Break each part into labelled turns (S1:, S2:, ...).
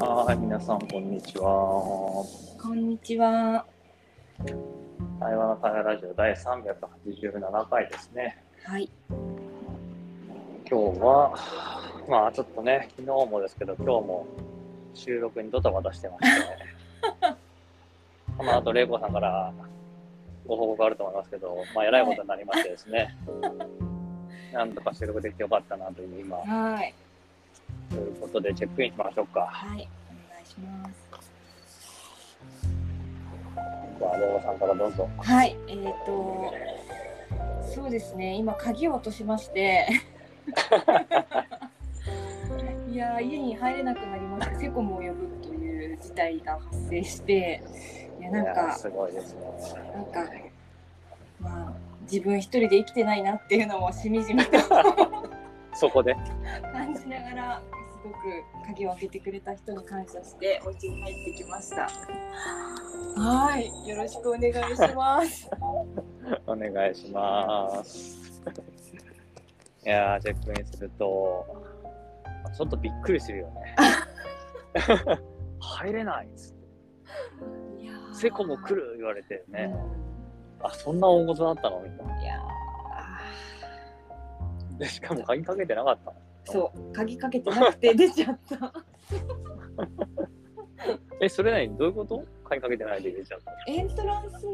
S1: はい、皆さん、こんにちは。
S2: こんにちは。
S1: 台湾の会話ラジオ第387回ですね。
S2: はい。
S1: 今日は、まあちょっとね、昨日もですけど、今日も収録にドタバタしてまして、 この後、玲子さんからご報告あると思いますけど、まあ、えらいことになりましてですね、 なんとか収録できてよかったなという今、
S2: はい。
S1: ということで、チェックインしましょうか。
S2: はい。お願いします。
S1: じゃあ、玲子さんからどうぞ。
S2: はい。えっ、ー、と、そうですね。今鍵を落としまして、 いやー家に入れなくなりました。セコムを呼ぶという事態が発生して、いやな
S1: い
S2: ん
S1: や
S2: か
S1: すごいですね。
S2: なんかまあ自分一人で生きてないなっていうのもしみじみと
S1: そこで。
S2: 感じながら。すごく鍵を開けてくれた人に感謝してお家に入ってきました。はい、よろしくお願いします。
S1: お願いします。いやー、チェックインすると、ちょっとびっくりするよね。入れないっつって
S2: いやー
S1: セコも来る言われてね。
S2: う
S1: あ、そんな大事だったのみたい
S2: んいや
S1: な。で、しかも鍵かけてなかったの。
S2: ーそう鍵かけてなくて出ちゃった
S1: え、それなりにどういうこと鍵かけてないで入れちゃった。
S2: エントランスの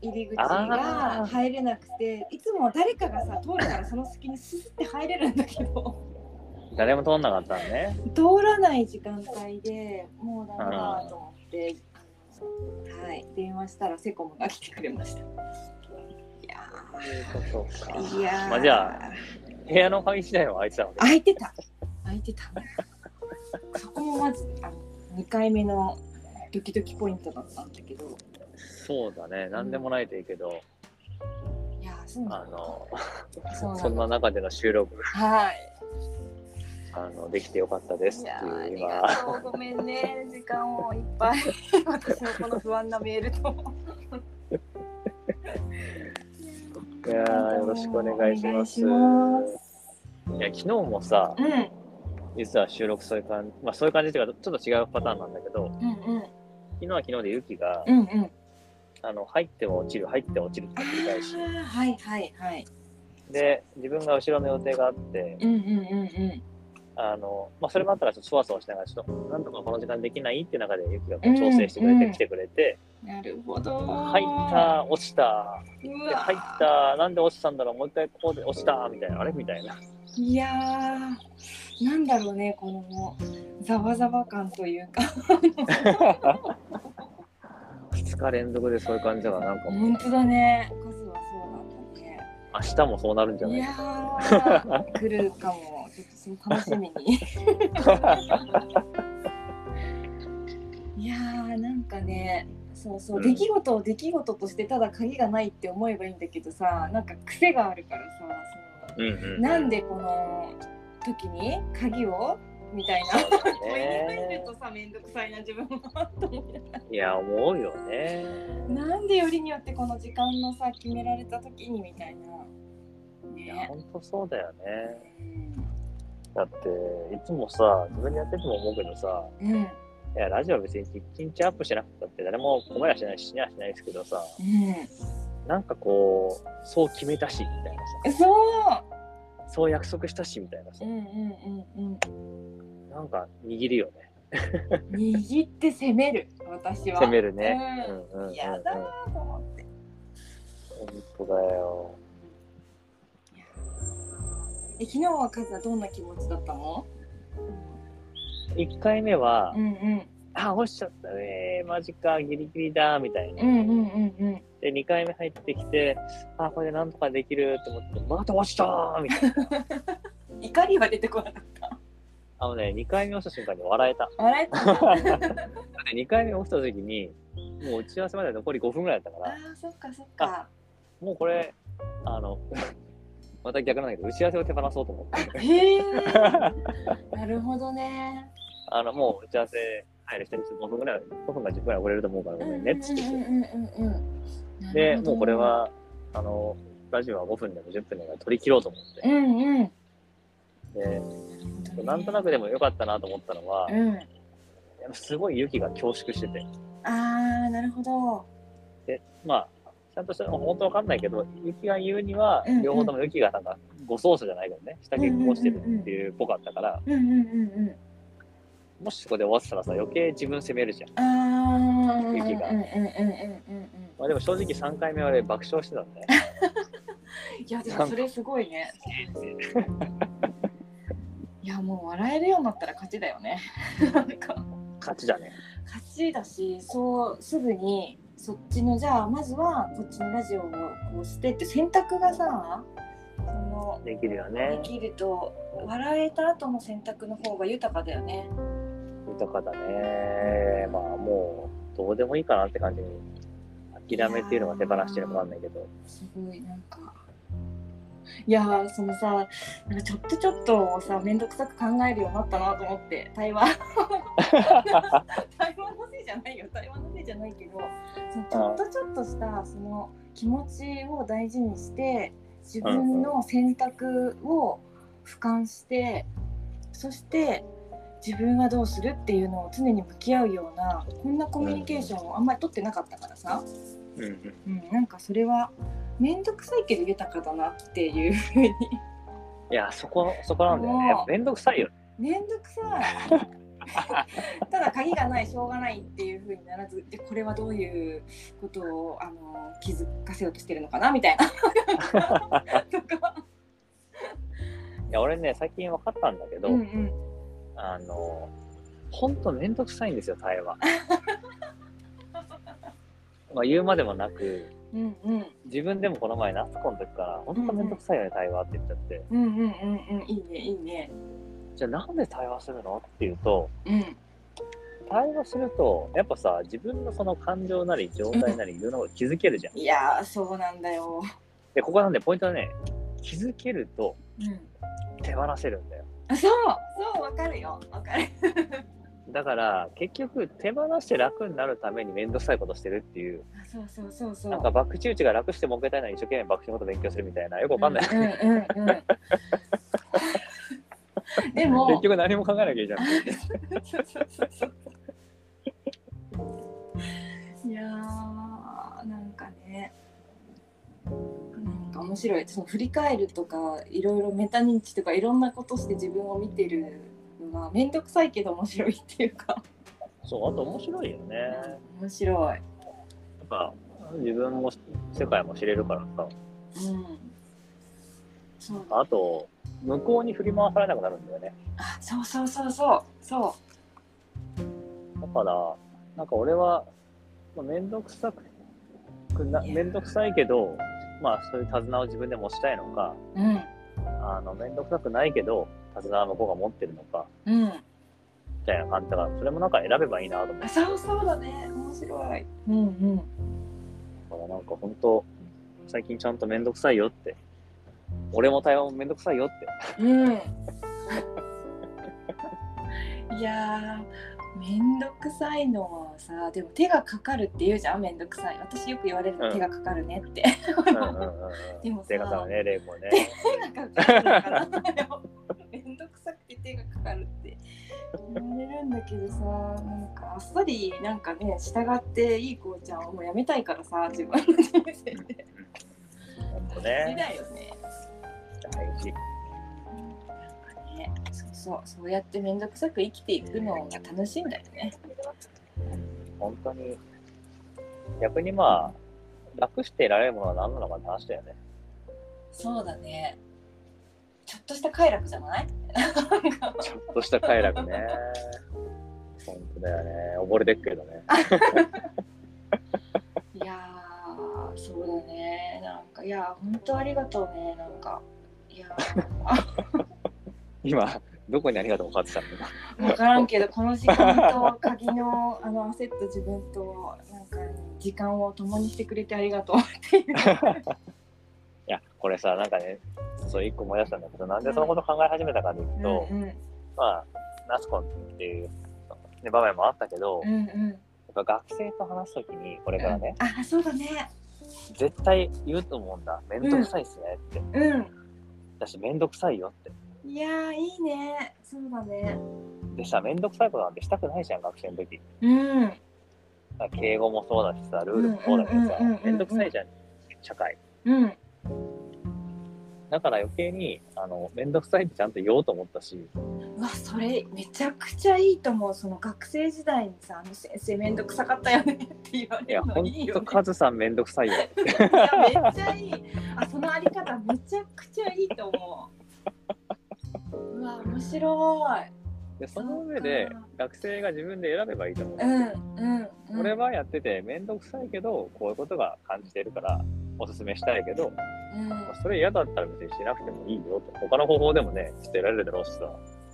S2: 入り口
S1: あー
S2: が入れなくていつもは誰かがさ通るからその隙にススって入れるんだけど
S1: 誰も通んなかったのね。
S2: 通らない時間帯でもうダメだと思ってあのはい電話したらセコムが来てくれましたいや
S1: そういうことか。
S2: ーいやー
S1: まあじゃ部屋の鍵自体は開いてたわけ。
S2: 開いてた開いてたそこもまずあの2回目のドキドキポイントだったんだけど
S1: そうだね。なんでもないといいけど、
S2: いやーそうな
S1: あ
S2: ん だ
S1: の、
S2: そうな
S1: そん
S2: んだ
S1: な中での収録
S2: はい
S1: あのできてよかったですっ
S2: い
S1: て
S2: やーあ
S1: いう
S2: り
S1: 今
S2: がとうごめんね時間をいっぱい私のこの不安なメールと
S1: いやーよろしくお願いします。い
S2: お願いします
S1: や昨日もさ
S2: うん
S1: 実は収録そういう感じ、まあ、そういう感じっていうかちょっと違うパターンなんだけど
S2: うんうん
S1: 昨日は昨日でユキが、
S2: うんうん
S1: あの入っても落ちる入っても落ちるって
S2: あ
S1: 繰り返し
S2: ーはいはいはい
S1: で自分が後ろの予定があって
S2: うんうんうんうん
S1: あの、まあ、それもあったらちょっとそわそわしながらちょっとなんとかこの時間できないって中でユキがこう調整してくれて、
S2: うんうん
S1: 来てくれて
S2: なるほど
S1: 入った落ちた
S2: う
S1: で
S2: わ
S1: 入ったなんで落ちたんだろうもう一回ここで落ちたみたいなあれみたいない
S2: やーなんだろうねこのざわざわ感というか
S1: 2日連続でそういう感じだからなんかもう
S2: 本当だねカズはそうだっ
S1: 明日もそうなるんじ
S2: た
S1: ゃない
S2: ね
S1: い
S2: やー来るかもちょっとその楽しみにいやーなんかねそうそう、
S1: うん
S2: 出来事を出来事としてただ鍵がないって思えばいいんだけどさなんか癖があるからさ
S1: うん
S2: そ
S1: うん
S2: のなんでこの時に鍵をみたいな これに入る
S1: ね
S2: とさ、めんどくさいな、自分も。と思って
S1: いや思うよね
S2: なんでよりによってこの時間のさ、決められた時にみたいな。
S1: いや
S2: ね。
S1: ほんとそうだよね
S2: うん
S1: だっていつもさ自分でやってても思うけどさ
S2: うん。うん。
S1: いやラジオは別に一日アップしなくたって誰も困りはしないし死にはしないですけどさなんかこうそう決めたしみたいな
S2: そ
S1: さそう約束したしみたいな
S2: う。
S1: さ
S2: うんうんうんうん。
S1: なんか握るよね
S2: 握って攻める、私は。
S1: 攻めるね
S2: う
S1: うんんうんうんうん
S2: やだなと思って。
S1: 本当だよ
S2: いやえ昨日はカズはどんな気持ちだったの？
S1: 1回目は
S2: うんうん
S1: 「あ落ちちゃったねマジかギリギリだ」みたいな
S2: うんうんうんうん。
S1: で2回目入ってきてあこれでなんとかできると思ってまた落ちたーみたいな
S2: 怒りは出てこなかっ
S1: あのね2回目落ちた瞬間に笑えた
S2: た。笑えた。あ
S1: 2回目落ちた時にもう打ち合わせまで残り5分ぐらいだったから
S2: あ、そっかそっか。
S1: もうこれあの また逆なんだけど打ち合わせを手放そうと思 って
S2: へえ。 なるほどね。
S1: あのもう打ち合わせ入る人に5分ぐらい5分か10分ぐらい遅れると思うからごめんねっつって
S2: うんうんうんうんうん。
S1: でもうこれ
S2: なる
S1: はあのラジオは5分でも10分でも取り切ろうと思っ
S2: ほど。うんうん。
S1: てでなんとな
S2: く。
S1: くでも良かったなと思ったのは
S2: うん。
S1: やすごい雪が恐縮してて、
S2: ああ、なるほど。
S1: まあ、ちゃんとしたの本当わかんないけど、雪が言うには
S2: うんうん、
S1: 両方とも雪がなんか、誤操作じゃないけどね、下結構してるっていうっぽかったから、
S2: うんうんうんう
S1: もしそこで終わってたらさ、余計自分責めるじゃん。
S2: ん。ああ。
S1: 雪が
S2: うんうんうんうんうんうん。
S1: まあでも正直3回目はね、爆笑してた んで、
S2: いやでもそれすごいね。いやもう笑えるようになったら勝ちだよね。なんか
S1: 勝ちだね。
S2: 勝ちだし、そうすぐにそっちのじゃあまずはこっちのラジオをこうしてって選択がさ、その
S1: できるよ
S2: で
S1: ね。
S2: きると笑えた後の選択の方が豊かだよね。
S1: 豊かだね。まあもう、どうでもいいかなって感じに、諦めっていうのが手放してるのかわかんないけど、
S2: すごいなんか。いやーそのさなんかちょっとちょっとをさ面倒くさく考えるようになったなと思って対話 対話のせいじゃないよ対話のせいじゃないけどそのちょっとちょっとしたその気持ちを大事にして自分の選択を俯瞰してそして自分はどうするっていうのを常に向き合うようなこんなコミュニケーションをあんまり取ってなかったからさ。
S1: うんうん
S2: うん、なんかそれは面倒くさいけど豊かだなっていうふうに
S1: いや、そこ、そこなんだよね。
S2: もう
S1: やっぱめんどくさいよね。
S2: 面倒くさいただ鍵がないしょうがないっていうふうにならずでこれはどういうことをあの気づかせようとしてるのかなみたいなとか、
S1: いや、俺ね、最近分かったんだけど、
S2: うんうん、
S1: あの、ほんとめんどくさいんですよ、対話。まあ言うまでもなく、
S2: うんうん
S1: 自分でもこの前、ナスコの時から、ほんとめんどくさいよね、対話って言っちゃって。
S2: うんうんうんうんいいねいいね
S1: じゃあなんで対話するのっていうと、
S2: うん
S1: 対話すると、やっぱさ、自分のその感情なり状態なり、いろんなこと気づけるじゃん。
S2: いやーそうなんだよ、
S1: で、ここなんで、ポイントはね、気づけると
S2: うん、
S1: 手放せるんだよ。
S2: あそうそうわかるよわかる
S1: だから、結局、手放して楽になるためにめんどくさいことしてるっていう、
S2: あそうそうそうそう
S1: なんか、バックチ打ちが楽して儲けたいなら一生懸命バックチのこと勉強するみたいな、よくわかんない。
S2: うんうんうんうん、 でも
S1: 結局何も考えなきゃいいじゃん。
S2: そうそうそうそういやーなんかねなんか面白いその振り返るとかいろいろメタ認知とかいろんなことして自分を見てるのが面倒くさいけど面白いっていうか
S1: そう、あと面白いよね。や
S2: 面白い、
S1: っぱ自分も世界も知れるからさ。
S2: うん、そう
S1: あと、向こうに振り回されなくなるんだよね。
S2: あそうそうそうそうそ
S1: だから、なんか俺は、まあ、めんどくさくな、めんどくさいけど、まあそういう手綱を自分で持ちたいのか、
S2: ううん
S1: あの、めんどくさくないけど、手綱は向こうが持ってるのか、
S2: うん
S1: みたいな感じだから、それもなんか選べばいいなと思って
S2: あそうそうだね面白いうんうん
S1: だからなんか本当最近ちゃんとめんどくさいよって俺も対話もめんどくさいよって
S2: うん。 いやー、めんどくさいのはさ、でも手がかかるって言うじゃん、めんどくさい。私よく言われるの、
S1: うん
S2: 手がかかるねって。
S1: うんうんうんうん
S2: でもさ
S1: 出方はね玲子ね
S2: 手がかかるのかな めんどくさくて手がかかるって言われるんだけどさ、なんかあっさりなんかね、従っていい子ちゃんをもうやめたいからさ、自分の人生で。
S1: 本当
S2: 大事
S1: ね
S2: だよね。
S1: 大事
S2: ねそうそう、そうやってめんどくさく生きていくのが楽しいんだよね。
S1: 本当に逆にまあ楽して得られるものは何なのかって話だよね
S2: そうだね。ちょっとした快楽じゃない？
S1: ちょっとした快楽ね本当だよね溺れてっけどね
S2: いやー、そうだね。なんかいやー、本当ありがとうね。なんかいや ー、
S1: 今どこにありがとうかってたの
S2: あわからんけどこの時間と鍵のあの焦った自分となんか時間を共にしてくれてありがとうっていう。
S1: いやこれさなんかねそう一個思い出したんだけどなんでそのこと考え始めたかでいくと、
S2: うんうん
S1: まあ、ナスコンっていう、ね、場面もあったけど、
S2: うんうん。
S1: やっぱ学生と話すときに、これからね、
S2: あ、そうだね。
S1: 絶対言うと思うんだ。めんどくさいっすねって。
S2: うん。
S1: だし、めんどくさいよって。
S2: いやーいいねそうだね
S1: でさ、めんどくさいことなんてしたくないじゃん、学生の時。
S2: うん
S1: 敬語もそうだしさ、ルールもそうだけどさ
S2: うんうんうんうんうん、
S1: めんどくさいじゃん、社会。
S2: うん
S1: だから余計に、あの、めんどくさいってちゃんと言おうと思ったし、
S2: うわそれめちゃくちゃいいと思うその学生時代にさ「あの先生めんどくさかったよね」って言わ
S1: い
S2: れ
S1: や、
S2: る
S1: ほ
S2: の
S1: ん
S2: いいよ、
S1: と、
S2: ね、
S1: カズさんめんどくさいよ。
S2: いやめっちゃいいあそのあり方めちゃくちゃいいと思ううわ面白
S1: で、その上で
S2: そうか、
S1: 学生が自分で選べばいいと思う
S2: い。うんうん、うん、
S1: 俺はやってて、めんどくさいけど、こういうことが感じてるから、おすすめしたいけど、
S2: うん
S1: まあそれ嫌だったら別にしなくてもいいよと。他の方法でもね、捨てられるだろうしさ。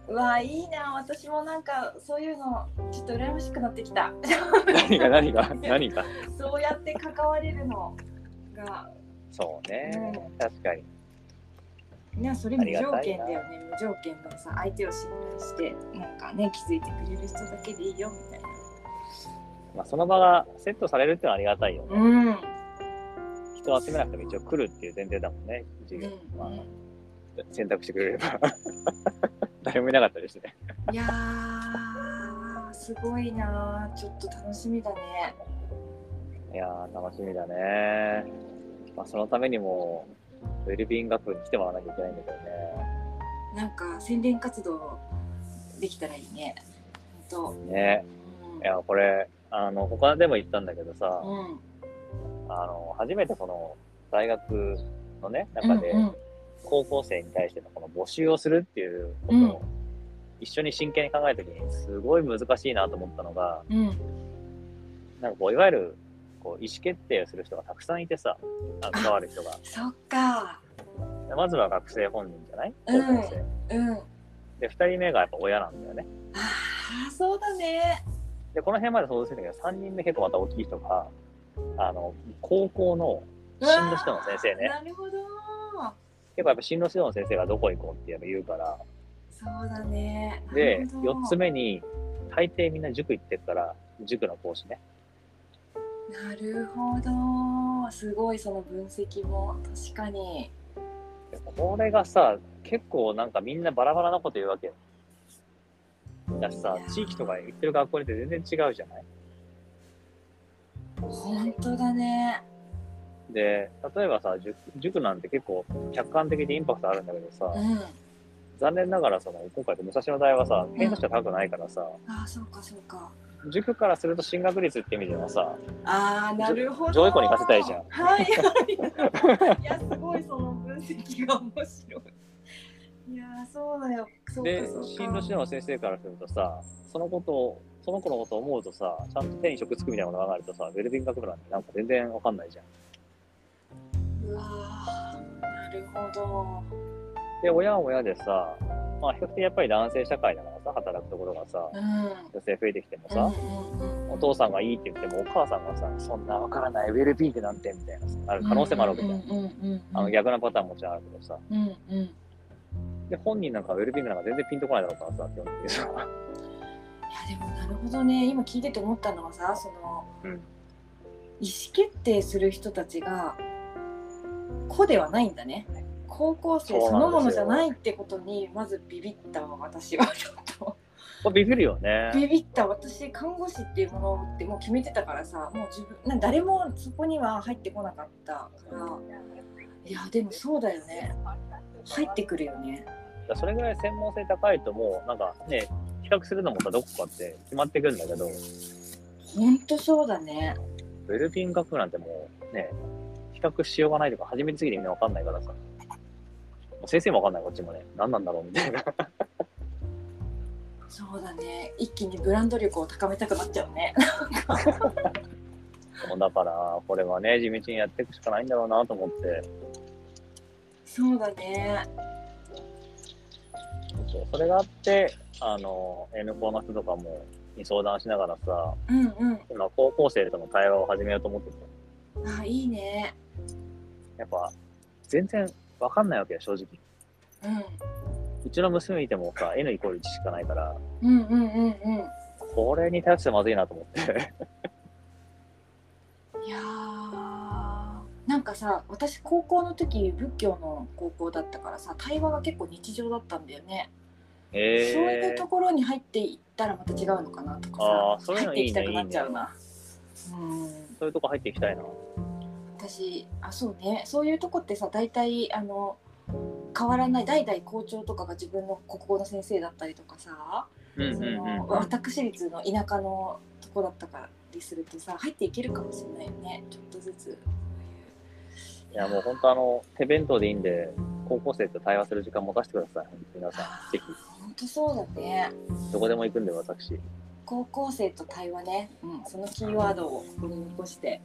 S2: うわいいな私もなんかそういうのちょっと羨ましくなってきた
S1: 何が何が何 が。
S2: そうやって関われるのが
S1: そうね
S2: う。
S1: 確かに。
S2: いやそれ
S1: あ
S2: 無
S1: りが
S2: 条
S1: たい
S2: 件
S1: な
S2: だよね無条件のさ相手を信頼してなんかね気づいてくれる人だけでいいよみたいな
S1: まあ、その場がセットされるってのはありがたいよね。
S2: うん、うん
S1: 人を集めなくても一応来るっていう前提だもんね。授業まあ、選択してくれれば。 誰もいなかったですね。
S2: いやーすごいなちょっと楽しみだね
S1: いやー、楽しみだね。まあ、そのためにも、ウェルビーイング学部に来てもらわなきゃいけないんだけどね。
S2: なんか宣伝活動できたらいいねほんと
S1: ね。
S2: うん
S1: いや、これ、あの、他でも言ったんだけどさ、
S2: うん
S1: あの、初めてこの、大学のね、中で、
S2: うん
S1: 高校生に対してのこの募集をするっていうことを一緒に真剣に考えた時にすごい難しいなと思ったのが
S2: うんうん
S1: なんかこういわゆるこう意思決定をする人がたくさんいてさあ関わる人が
S2: そっか
S1: でまずは学生本人じゃない高
S2: うん
S1: 校生、
S2: うんあ
S1: で2人目がやっぱ親なんだよね
S2: あそうだね
S1: でこの辺まで想像するんだけど3人目結構また大きい人があの高校の
S2: うわ
S1: 進
S2: ー
S1: 路指導の先生ね
S2: なるほど
S1: 結構やっぱ進路指導の先生がどこ行こうってやっぱ言うから
S2: そうだね
S1: で
S2: なるほど
S1: 4つ目に大抵みんな塾行ってるから塾の講師ね
S2: なるほどすごいその分析も確かに
S1: これがさ結構なんかみんなバラバラなこと言うわけよだしさ
S2: いやー
S1: 地域とか行ってる学校によって全然違うじゃない
S2: 本当だね
S1: で例えばさ塾塾なんて結構客観的でインパクトあるんだけどさ、
S2: うん
S1: 残念ながらその今回の武蔵野大はさ偏差値が高くないからさ、
S2: ああそうかそうか
S1: 塾からすると進学率って意味ではさ
S2: ああなるほど
S1: 上位校に行かせたいじゃん
S2: はいはい いやすごいその分析が面白いいやーそうだよそう
S1: で
S2: かそうか
S1: 進路指導の先生からするとさそのことをその子のことを思うとさちゃんと手に職つくみたいなものがあるとさウェルビング学部なんてなんか全然わかんないじゃん
S2: うわーなるほど
S1: で親は親でさまあ比較的やっぱり男性社会だからさ働くところがさ
S2: うん
S1: 女性増えてきても
S2: う
S1: さ、
S2: んうんうん
S1: お父さんがいいって言ってもお母さんがさそんなわからないウェルビーイングなんてみたいなさある可能性もあるわけじゃん、
S2: うんうんうんうん
S1: あの逆なパターンももちろんあるけどさ
S2: うんうん
S1: で本人なんかウェルビーイングなんか全然ピンとこないだろうからさ基本的にさ、
S2: いやでもなるほどね今聞いてて思ったのはさそ
S1: うん
S2: の、意思決定する人たちが子ではないんだね高校生
S1: そうなんですよ
S2: そのものじゃないってことにまずビビったわ私 はちょっと
S1: これビビるよね
S2: ビビった私看護師っていうものってもう決めてたからさもう自分な誰もそこには入ってこなかったからいやでもそうだよね入ってくるよね
S1: だからそれぐらい専門性高いともうなんかね比較するのもさどこかって決まってくるんだけどウ
S2: ほんとそうだね
S1: ェルビーイング学部なんてもうね比較しようがないとか初めてすぎてみんなわかんないからさもう先生もわかんないこっちもね何なんだろうみたいな
S2: そうだね一気にブランド力を高めたくなっちゃうね
S1: もうだからこれはね地道にやっていくしかないんだろうなと思って
S2: そうだね。
S1: そうそれがあってあの N 校の人とかもに相談しながらさ
S2: うんうん。
S1: 今高校生との対話を始めようと思ってて
S2: あ、いいね。
S1: やっぱ全然わかんないわけよ正直
S2: う
S1: うちの娘見てもさ N イコール1しかないから
S2: ん。うんうんうんうん。
S1: これに対してまずいなと思って。
S2: いやーなんかさ私高校の時仏教の高校だったからさ対話が結構日常だったんだよね、
S1: え
S2: そういうと
S1: ー、
S2: ころに入っていったらまた違うのかなと
S1: あ
S2: か
S1: ー
S2: さ
S1: そういう
S2: 入っ
S1: の
S2: てい
S1: い
S2: き
S1: い
S2: た
S1: ね
S2: くなっちゃうなうん
S1: そういうとこ入っていきたいな。
S2: 私あそうねそういうとこってさ大体あの変わらない代々校長とかが自分の国語の先生だったりとかさ、
S1: うんうん
S2: その
S1: うん。
S2: 私立の田舎のとこだったからりするとさ入っていけるかもしれないよねちょっとずつ
S1: いやもう本当あの手弁当でいいんで高校生と対話する時間持たせてください。皆さんぜひ
S2: 本当そうだね
S1: どこでも行くんで私。
S2: 高校生と対話ね、うん、そのキーワードをここに残して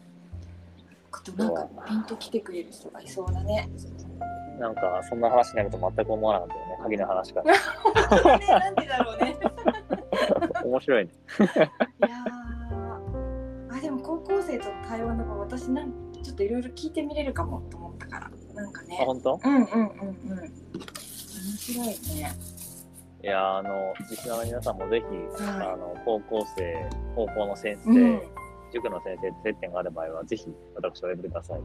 S2: あとなんかピンと来てくれる人がいそうだ ね。
S1: なんかそんな話になると全く思わなかったよね。鍵の話から。
S2: 本当ねなんでだろうね。
S1: 面白いね。
S2: いやーあでも高校生との対話の場私なんちょっといろいろ聞いてみれるかもと思ったからなんか
S1: あ
S2: ね
S1: 本当？
S2: うんうんうんうん面白いね
S1: いやあのリスナーの皆さんもぜひ、
S2: はい
S1: あの高校生高校の先生、
S2: うん
S1: 塾の先生と接点がある場合はぜひ私をお呼びください。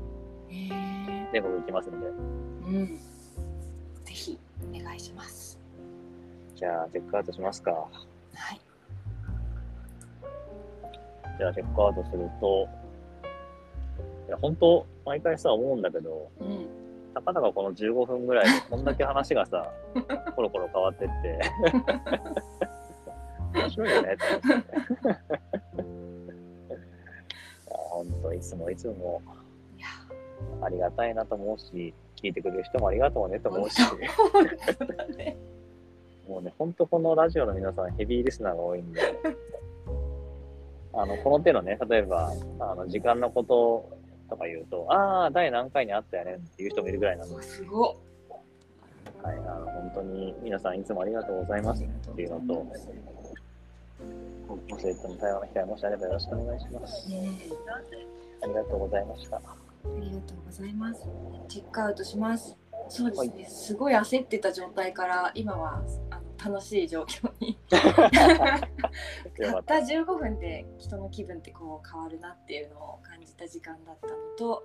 S2: へえ
S1: 全国行きますんで。
S2: うんぜひお願いします
S1: じゃあチェックアウトしますか。
S2: はい
S1: じゃあチェックアウトすると。いや本当毎回さ思うんだけど。
S2: うん
S1: たかだかこの15分ぐらいでこんだけ話が さコロコロ変わってって 面白いよねって思っていや本当いつもいつも
S2: いや
S1: ありがたいなと思うし聞いてくれる人もありがとうねと思うし
S2: 本 当だね
S1: もうね本当このラジオの皆さんヘビーリスナーが多いんであのこの手のね例えばあの時間のこととか言うと「ああ第何回にあったよね」っていう人もいるぐらいなので
S2: うわすごっ
S1: はい、あの本当に皆さんいつもありがとうございますっていうのと、高校生との対話の機会もしあればよろしくお願いします。
S2: ねえ
S1: ありがとうございました。
S2: ありがとうございます。チェックアウトします。そうですね。すごい焦ってた状態から今はあの楽しい状況 に。た
S1: よか
S2: っ
S1: ったた。
S2: 15分で人の気分ってこう変わるなっていうのを感じた時間だったのと、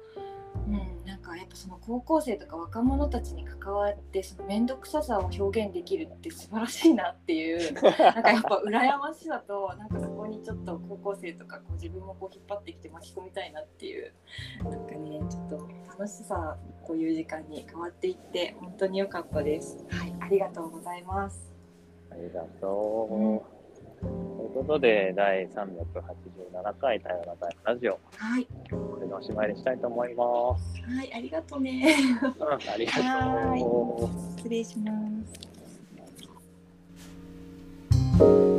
S2: うん、なんかやっぱその高校生とか若者たちに関わってその面倒くささを表現できるって素晴らしいなっ ていうなんかやっぱ羨ましさとなんかそこにちょっと高校生とかこう自分もこう引っ張ってきて巻き込みたいなっていうなんかねちょっと楽しさこういう時間に変わっていって本当に良かったです。はい、ありがとうございます。
S1: ありがとう。ということで、第387回対話の対話ラジオ、
S2: はい、
S1: これでおしまいにしたいと思います。
S2: はい、ありがとうね。
S1: うんありがとう。
S2: 失礼します。
S1: 「